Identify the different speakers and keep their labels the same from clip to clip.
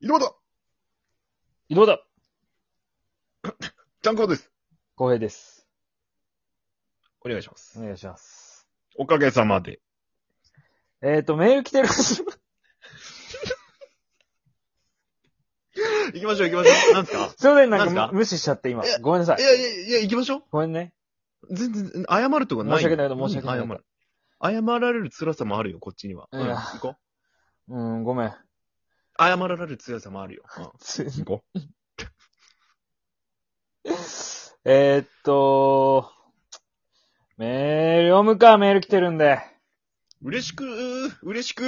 Speaker 1: 井戸端
Speaker 2: 井上だ
Speaker 1: ちゃんこです。
Speaker 2: 浩平です。
Speaker 1: お願いします
Speaker 2: お。願いします。
Speaker 1: おかげさまで。
Speaker 2: えっ、と、メール来てる。
Speaker 1: 行きましょう行きまし ょう。なんすか
Speaker 2: すいません、
Speaker 1: な
Speaker 2: なんん
Speaker 1: す
Speaker 2: か
Speaker 1: か
Speaker 2: 無視しちゃって今
Speaker 1: え。
Speaker 2: ごめんなさい
Speaker 1: い。やいやいや、行きましょう。
Speaker 2: ごめんね。
Speaker 1: 全然、謝るとかない。
Speaker 2: 申し訳ないけど申し訳ない
Speaker 1: うん謝る。謝られる辛さもあるよ、こっちには。
Speaker 2: いうや
Speaker 1: ん、行こう。
Speaker 2: うん、ごめん。
Speaker 1: 謝られる辛さもあるよ。
Speaker 2: つ
Speaker 1: うん、行こう。
Speaker 2: えーっと、メール読むか、メール来てるんで。
Speaker 1: 嬉しくー、嬉しく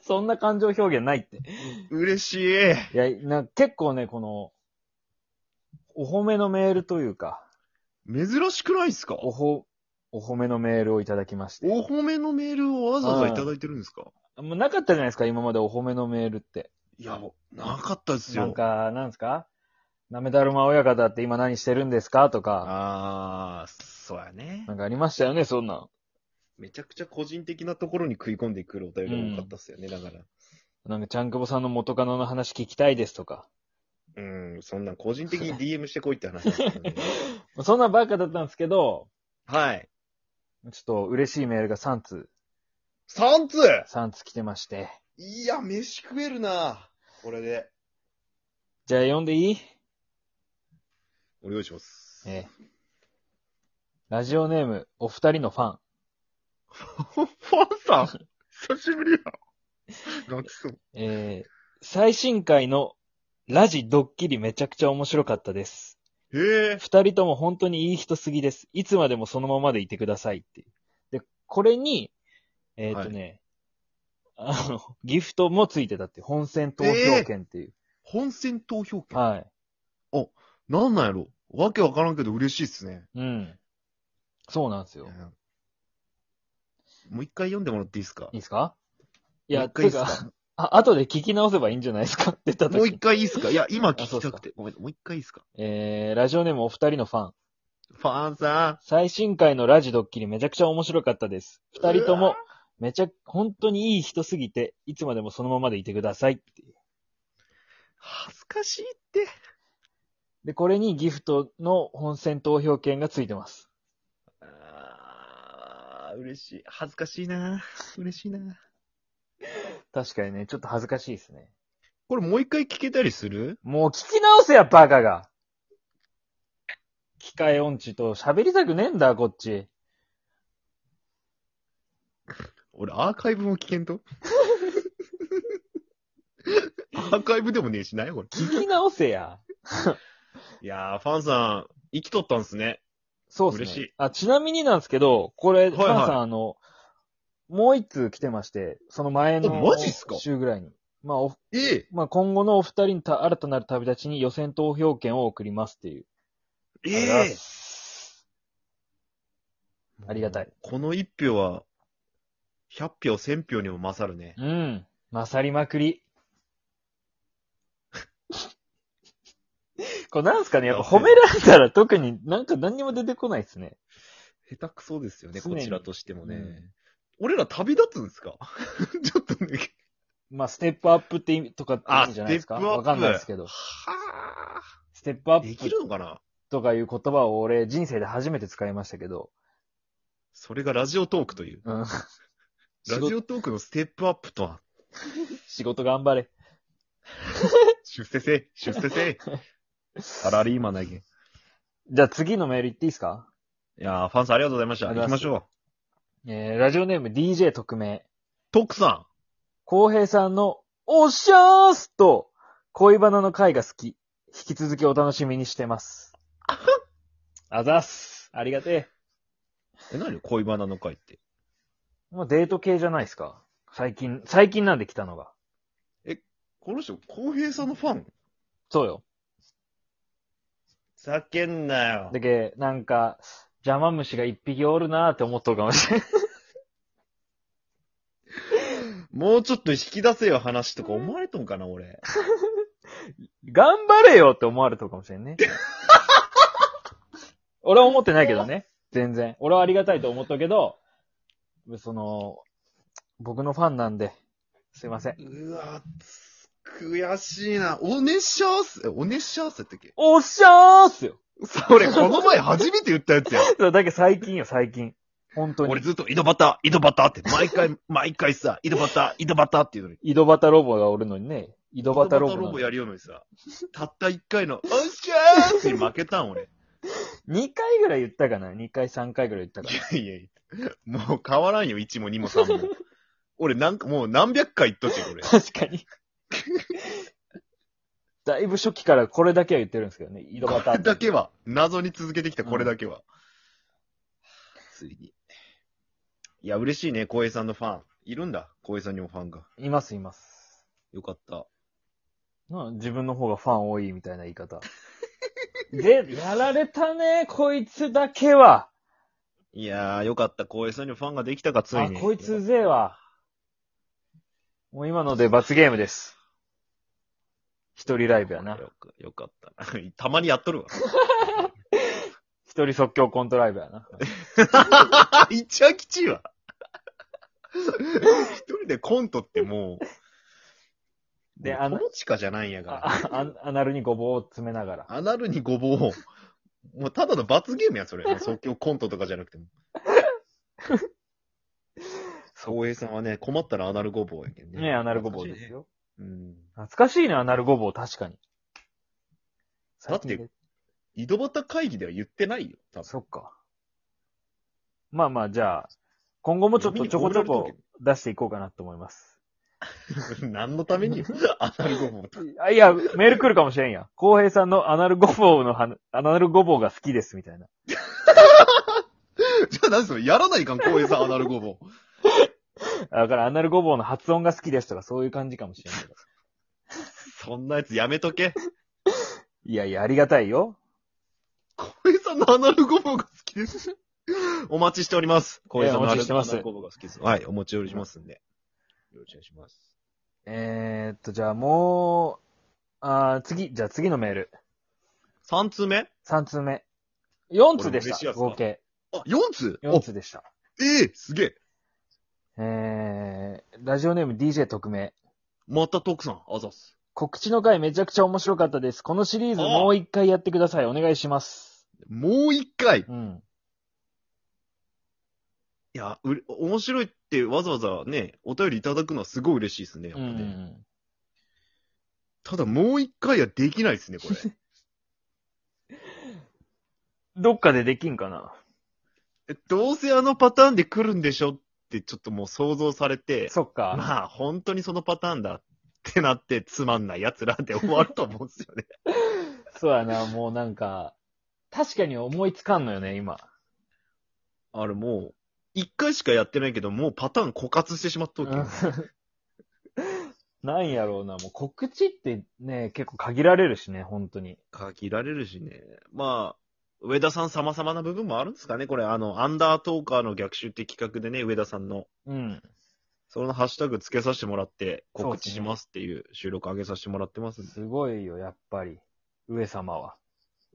Speaker 2: そんな感情表現ないって。
Speaker 1: 嬉しい。
Speaker 2: いや、な結構ね、この、お褒めのメールというか、
Speaker 1: 珍しくないっすか
Speaker 2: おほ、お褒めのメールをいただきまして。
Speaker 1: お褒めのメールをわざわざいただいてるんですか
Speaker 2: もうなかったじゃないですか、今までお褒めのメールって。
Speaker 1: いや、なかったです
Speaker 2: なん
Speaker 1: よ。
Speaker 2: か、なんですかなめだるま親方って今何してるんですかとか、
Speaker 1: あー、そうやね
Speaker 2: な。んかありましたよね、そんなん。
Speaker 1: めちゃくちゃ個人的なところに食い込んでくるお便りが多かったっすよね、だから。
Speaker 2: なんか、ちゃんくぼさんの元カノの話聞きたいですとか。
Speaker 1: うん、そんなん個人的 に DM してこいって話なんですよね
Speaker 2: そんなバカだったんですけど、
Speaker 1: はい。
Speaker 2: ちょっと嬉しいメールが3通、
Speaker 1: 3通
Speaker 2: 3通来てまして。
Speaker 1: いや、飯食えるなこれで。
Speaker 2: じゃあ読んでいい
Speaker 1: お願いします。
Speaker 2: ええ。ラジオネーム、お二人のファン。
Speaker 1: ファンさん久しぶりや。 泣きそう。
Speaker 2: えー、最新回のラジドッキリめちゃくちゃ面白かったです。
Speaker 1: へえ。
Speaker 2: 二人とも本当にいい人すぎです。いつまでもそのままでいてくださいっていう。で、これに、えっ、とね、あの、ギフトもついてたっていう、本選投票券っていう。
Speaker 1: 本選投票権。
Speaker 2: はい。
Speaker 1: なんなんやろわけわからんけど嬉しいっすね。
Speaker 2: うん。そうなんですよ。
Speaker 1: もう一回読んでもらっていいですか
Speaker 2: いいですかい
Speaker 1: もう
Speaker 2: や、
Speaker 1: 一回いい
Speaker 2: て
Speaker 1: っすか
Speaker 2: か、あ、後で聞き直せばいいんじゃないですか出た
Speaker 1: もう一
Speaker 2: 時。
Speaker 1: 回いいっすかいや、今聞
Speaker 2: あそう
Speaker 1: き
Speaker 2: っす
Speaker 1: た
Speaker 2: か
Speaker 1: くて。ごめん、もう一回いいっすか
Speaker 2: えー、ラジオネームお二人のファン。
Speaker 1: ファンさ
Speaker 2: 最新回のラジドッキリめちゃくちゃ面白かったです。二人と
Speaker 1: う
Speaker 2: も
Speaker 1: わ、
Speaker 2: めちゃ、本当にいい人すぎて、いつまでもそのままでいてくださいっていう。
Speaker 1: ん、恥ずかしいって。
Speaker 2: で、これにギフトの本選投票券がついてます。
Speaker 1: あー嬉しい。恥ずかしいな嬉しいな
Speaker 2: 確かにね、ちょっと恥ずかしいですね。
Speaker 1: これもう一回聞けたりする
Speaker 2: もう聞き直せや、バカが機械音痴と喋りたくねえんだ、こっち。
Speaker 1: 俺、アーカイブも聞けんと アーカイブでもねえしないこれ。
Speaker 2: 聞き直せや。
Speaker 1: いやー、ファンさん、生きとったんすね。
Speaker 2: そうですね。
Speaker 1: 嬉しい
Speaker 2: あ、ちなみになんですけど、これ、
Speaker 1: い
Speaker 2: フ
Speaker 1: はい
Speaker 2: ァンさん、あの、もう一通来てまして、その前の
Speaker 1: おマジっすか
Speaker 2: 週ぐらいに。まあ、お
Speaker 1: ええ
Speaker 2: まあ、今後のお二人のた新たなる旅立ちに予選投票権を送りますっていう。
Speaker 1: え
Speaker 2: ありがとうございますありがたい。
Speaker 1: この一票は、100票、1000票にも勝るね。
Speaker 2: うん。勝りまくり。 これなんすかねやっぱ褒められたら特になんか何にも出てこないですね。
Speaker 1: 下手くそですよね、
Speaker 2: 常に
Speaker 1: こちらとしてもね。
Speaker 2: うん
Speaker 1: 俺ら旅立つんですか ちょっとね。
Speaker 2: まあ、ステップアップって意味とかって意
Speaker 1: あ、ス
Speaker 2: 味じ
Speaker 1: テ
Speaker 2: ゃないで
Speaker 1: ッ
Speaker 2: す
Speaker 1: プ
Speaker 2: か
Speaker 1: アップ。
Speaker 2: わかんないですけど
Speaker 1: は。
Speaker 2: ステップア
Speaker 1: あ。で
Speaker 2: ッ
Speaker 1: き
Speaker 2: プ
Speaker 1: るのかな
Speaker 2: とかいう言葉を俺人生で初めて使いましたけど。
Speaker 1: それがラジオトークという。
Speaker 2: うん。
Speaker 1: ラ
Speaker 2: 仕
Speaker 1: ジ
Speaker 2: 事、
Speaker 1: オトークのステップアップとは、
Speaker 2: 仕事頑張れ。
Speaker 1: 出世せい、出世 せい。サラリーマンだけ。い
Speaker 2: じゃあ次のメール言っていいですか
Speaker 1: やー、ファンさんありがとうございました。
Speaker 2: あり
Speaker 1: 行
Speaker 2: が
Speaker 1: き
Speaker 2: とうご
Speaker 1: まし
Speaker 2: ざい
Speaker 1: ょう。
Speaker 2: えー、ラジオネーム DJ 特命。
Speaker 1: 徳さ
Speaker 2: 浩平さんの、おっしゃーすと、恋バナの回が好き。引き続きお楽しみにしてます。あざっす。ありが
Speaker 1: ん。
Speaker 2: て
Speaker 1: え、何恋バナの会って。
Speaker 2: え。もうデート系じゃないですか。最近、最近なんで来たのが。
Speaker 1: この人、浩平さんのファン
Speaker 2: そうよ。
Speaker 1: 叫んなよ
Speaker 2: だけ、なんか、邪魔虫が一匹おるなーって思っとるかもしれない。
Speaker 1: もうちょっと引き出せよ話とか思われとんかな、俺。
Speaker 2: 頑張れよって思われとるかもしれんね。 俺は思ってないけどね。全然。俺はありがたいと思ったけど、その、僕のファンなんで、すいません。
Speaker 1: うわ、つ悔しいな。おねしゃーす。えおねしゃーすやったっけ
Speaker 2: おっしゃーっすよ。
Speaker 1: それ、この前初めて言ったや つや。
Speaker 2: そうだけど最近よ、最近。本当
Speaker 1: 俺
Speaker 2: に。
Speaker 1: ずっと、井戸端、井戸端って、毎回、毎回さ、井戸端、井戸端って言うのに。
Speaker 2: 井戸端ロボがおるのにね。井戸端ロボ
Speaker 1: 井戸
Speaker 2: な
Speaker 1: 端
Speaker 2: の。
Speaker 1: やりようのに さ、たった一回の、おっしゃーすに負けたん、俺。
Speaker 2: 2回ぐらい言ったかな ?2 回、3回ぐらい言ったか
Speaker 1: いやいやいや。もう変わらんよ、1も2も3も。俺なんかもう何百回言っとって、俺
Speaker 2: な。。 確かに。だいぶ初期からこれだけは言ってるんですけどね。井戸端
Speaker 1: これ
Speaker 2: って
Speaker 1: だけは、謎に続けてきたこれだけは。ついに。いや、嬉しいね、光栄さんのファン。いるんだ、光栄さんにもファンが。
Speaker 2: います、います。
Speaker 1: よかった。
Speaker 2: な自分の方がファン多いみたいな言い方。で、やられたね、こいつだけは。
Speaker 1: いやー、よかった、光栄さんにもファンができたか、つい
Speaker 2: あ、
Speaker 1: に。
Speaker 2: こいつうぜえわ。もう今ので罰ゲームです。一人ライブやな。
Speaker 1: よかよかった な。たまにやっとるわ。
Speaker 2: 一人即興コントライブやな。
Speaker 1: いちゃきちいわ。一人でコントってもう、
Speaker 2: で
Speaker 1: もう
Speaker 2: あの
Speaker 1: 友近じゃないんやから。
Speaker 2: ああアナルにごぼうを詰めながら。
Speaker 1: アナルにごぼうを。もうただの罰ゲームや、そ れ。もう即興コントとかじゃなくても。そうえいさんはね、困ったらアナルごぼうやけんね。
Speaker 2: ねアナルごぼうですよ。
Speaker 1: うん。
Speaker 2: 懐かしいね、アナルごぼう、確かに。
Speaker 1: だって
Speaker 2: 最近で
Speaker 1: 井戸端会議では言ってないよ、多分。
Speaker 2: そっか。まあまあ、じゃあ、今後もちょっとちょこちょこ出していこうかなと思います。
Speaker 1: 何のためにアナルごぼうと。
Speaker 2: あいや、メール来るかもしれんや。浩平さんのアナルごぼうの話、アナルごぼうが好きです、みたいな。
Speaker 1: じゃあ何それやらないかん、光栄さん、アナルごぼう。
Speaker 2: だから、アナルごぼうの発音が好きですとか、そういう感じかもしれんけど。
Speaker 1: そんなやつやめとけ。
Speaker 2: いやいや、ありがたいよ。
Speaker 1: 光栄さんのアナルごぼうが好きです。お待ちしております。光栄さんのアナ
Speaker 2: ええお待ちしてます
Speaker 1: ルごぼうが好きです。はい、お持ち寄りしますんで。よろしくお願いします。
Speaker 2: えー、っと、じゃあもう、あー次、じゃあ次のメール。
Speaker 1: 3通目
Speaker 2: 3通目。4通でし
Speaker 1: これ嬉しいや
Speaker 2: た。
Speaker 1: つだ
Speaker 2: 合計。
Speaker 1: あ、4通
Speaker 2: 4通でした。
Speaker 1: おええすげえ。
Speaker 2: えー、ラジオネーム DJ 特命。
Speaker 1: また徳さん、あざっす。
Speaker 2: 告知の回めちゃくちゃ面白かったです。このシリーズもう一回やってください。お願いします。
Speaker 1: もう一回。い
Speaker 2: うん。
Speaker 1: や、うれ、面白いってわざわざね、お便りいただくのはすごい嬉しいですね。やっ
Speaker 2: う
Speaker 1: ぱね
Speaker 2: ん。
Speaker 1: ただもう一回はできないですね、 これ。
Speaker 2: どっかでできんかな。
Speaker 1: えどうせあのパターンで来るんでしょってちょっともう想像されて、
Speaker 2: そっか。
Speaker 1: まあ本当にそのパターンだってなってつまんない奴らで終わると思うんですよね。
Speaker 2: そうやな、もうなんか、確かに思いつかんのよね、今。
Speaker 1: あれもう、一回しかやってないけど、もうパターン枯渇してしまっとうけん
Speaker 2: うんなんやろうな、もう告知ってね、結構限られるしね、本当に。
Speaker 1: 限られるしね。まあ、上田さん様々な部分もあるんですかねこれ、あの、アンダートーカーの逆襲って企画でね、上田さんの、
Speaker 2: うん。
Speaker 1: そのハッシュタグつけさせてもらって、
Speaker 2: そう
Speaker 1: 告
Speaker 2: で
Speaker 1: 知
Speaker 2: すね
Speaker 1: しますっていう収録上げさせてもらってますんです
Speaker 2: ごいよ、やっぱり。上様は。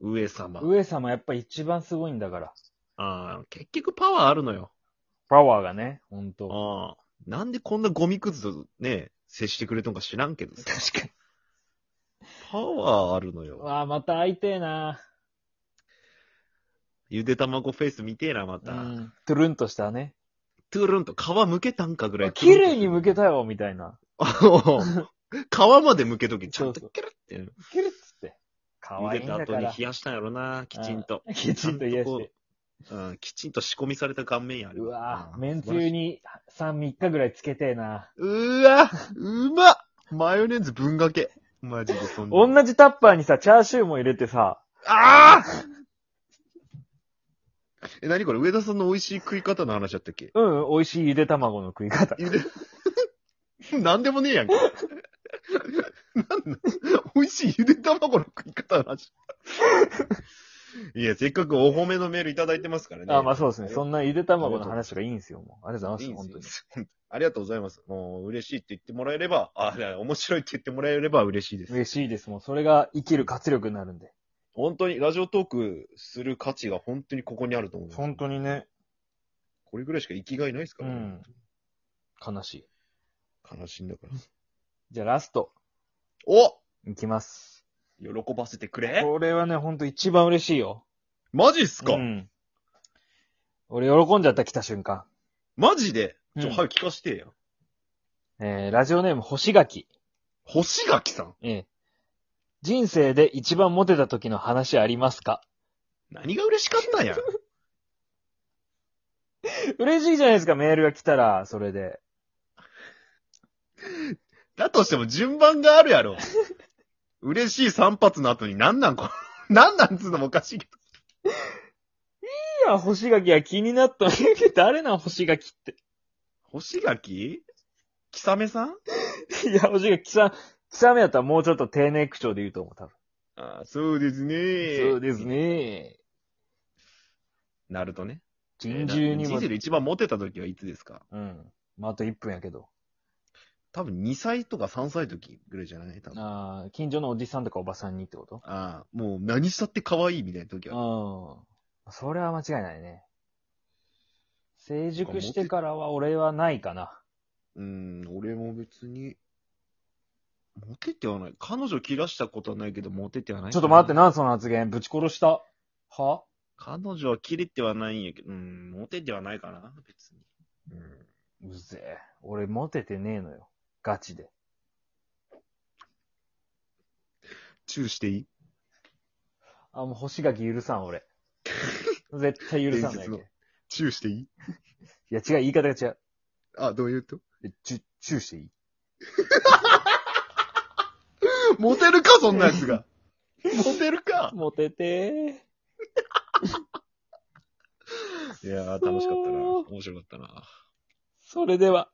Speaker 1: 上様。
Speaker 2: 上様やっぱ一番すごいんだから。
Speaker 1: ああ、結局パワーあるのよ。
Speaker 2: パワーがね、本当
Speaker 1: ああ。なんでこんなゴミくずとね、接してくれたのか知らんけどさ。
Speaker 2: 確かに。
Speaker 1: パワーあるのよ。
Speaker 2: わあ、また会いてえな。
Speaker 1: ゆで卵フェイス見てえな、ま
Speaker 2: う
Speaker 1: た。
Speaker 2: ん。トゥルンとしたね。
Speaker 1: トゥルンと皮むけたんかぐらい。
Speaker 2: 綺麗に向けたよ、みたいな。
Speaker 1: おう 皮までむけとけ。ちゃんとキャラって。
Speaker 2: 切るっつって。可
Speaker 1: 茹
Speaker 2: 愛
Speaker 1: で
Speaker 2: いん
Speaker 1: た
Speaker 2: だ
Speaker 1: 後
Speaker 2: か
Speaker 1: に
Speaker 2: ら
Speaker 1: 冷。やしたんやろな、きちんと。
Speaker 2: きちんと癒やして。
Speaker 1: ちゃんとこう。うん、きちんと仕込みされた顔面やあれ
Speaker 2: う
Speaker 1: は
Speaker 2: わ
Speaker 1: う
Speaker 2: ぁ、
Speaker 1: ん
Speaker 2: めんつゆに3、3日ぐらいつけてえな。
Speaker 1: うわうまっマヨネーズぶんがけ。マジでそんな。
Speaker 2: 同じタッパーにさ、チャーシューも入れてさ、
Speaker 1: ああえ、なにこれ上田さんの美味しい食い方の話だったっけ
Speaker 2: うん、美味しいゆで卵の食い方。
Speaker 1: ゆで、 なんでもねえやんけ。なんだ美味しいゆで卵の食い方の話。いや、せっかくお褒めのメールいただいてますからね。
Speaker 2: あ、まあそうですね。そんなゆで卵の話がいいんですよ、もう。ありがとうござ
Speaker 1: い
Speaker 2: い
Speaker 1: い
Speaker 2: ます、
Speaker 1: んですよありがとうございます。もう嬉しいって言ってもらえれば、あ、いや面白いって言ってもらえれば嬉しいで
Speaker 2: 本当
Speaker 1: す。
Speaker 2: に。嬉しいです、もう。それが生きる活力になるんで。
Speaker 1: 本当にラジオトークする価値が本当にここにあると思う。
Speaker 2: 本当にね。
Speaker 1: これぐらいしか生きがいないですか
Speaker 2: う
Speaker 1: ら、
Speaker 2: ん。悲しい。
Speaker 1: 悲しいんだから。
Speaker 2: じゃあラスト。
Speaker 1: お
Speaker 2: いきます。
Speaker 1: 喜ばせてくれ
Speaker 2: これはね、ほんと一番嬉しいよ。
Speaker 1: マジっすか、
Speaker 2: うん。俺喜んじゃった、来た瞬間。
Speaker 1: マジでちょ、
Speaker 2: うん
Speaker 1: 早く聞かしてや。
Speaker 2: えー、ラジオネーム、星垣。
Speaker 1: 星垣さん
Speaker 2: ええ。人生で一番モテた時の話ありますか
Speaker 1: 何が嬉しかったんや。
Speaker 2: 嬉しいじゃないですか、メールが来たら、それで。
Speaker 1: だとしても順番があるやろ。嬉しい三発の後に何なんこれ。何なんつうのもおかしいけど。
Speaker 2: いや、星垣は気になった。 誰なん、星垣って。
Speaker 1: 星垣キサメさん
Speaker 2: いや、星垣、貴様、貴様やったらもうちょっと丁寧口調で言うと思う、多分。
Speaker 1: あーそうですね。
Speaker 2: そうです。ね。
Speaker 1: なるとね。
Speaker 2: 人中に
Speaker 1: 人
Speaker 2: も
Speaker 1: 生。で一番モテた時はいつですか
Speaker 2: うん。まあ、あと1分やけど。
Speaker 1: 多分2歳とか3歳の時ぐらいじゃない多分。あ
Speaker 2: ああ、近所のおじさんとかおばさんにってこと
Speaker 1: あー、もう何したって可愛いみたいな時は。
Speaker 2: うん。それは間違いないね。成熟してからは俺はないかな。
Speaker 1: うん、俺も別に。モテてはない。彼女切らしたことはないけど、モテてはない。
Speaker 2: ちょっと待って、。なんその発言。ぶち殺した。は
Speaker 1: 彼女は切れてはないんやけど、うん、モテてはないかな別に。うん。
Speaker 2: うぜえ。俺モテてねえのよ。ガチで。
Speaker 1: チューしていい
Speaker 2: あ、もう星垣許さん、 俺。絶対許さんない
Speaker 1: 伝説
Speaker 2: け
Speaker 1: の
Speaker 2: ど。い
Speaker 1: チューしていい
Speaker 2: や、違う、言い方が違う。
Speaker 1: あ、どういうと
Speaker 2: えチュ、チューしていい
Speaker 1: モテるか、そんなやつ が。モテるか。
Speaker 2: モテて
Speaker 1: いやー、楽しかったな。
Speaker 2: そう
Speaker 1: 面白かったな。
Speaker 2: それでは。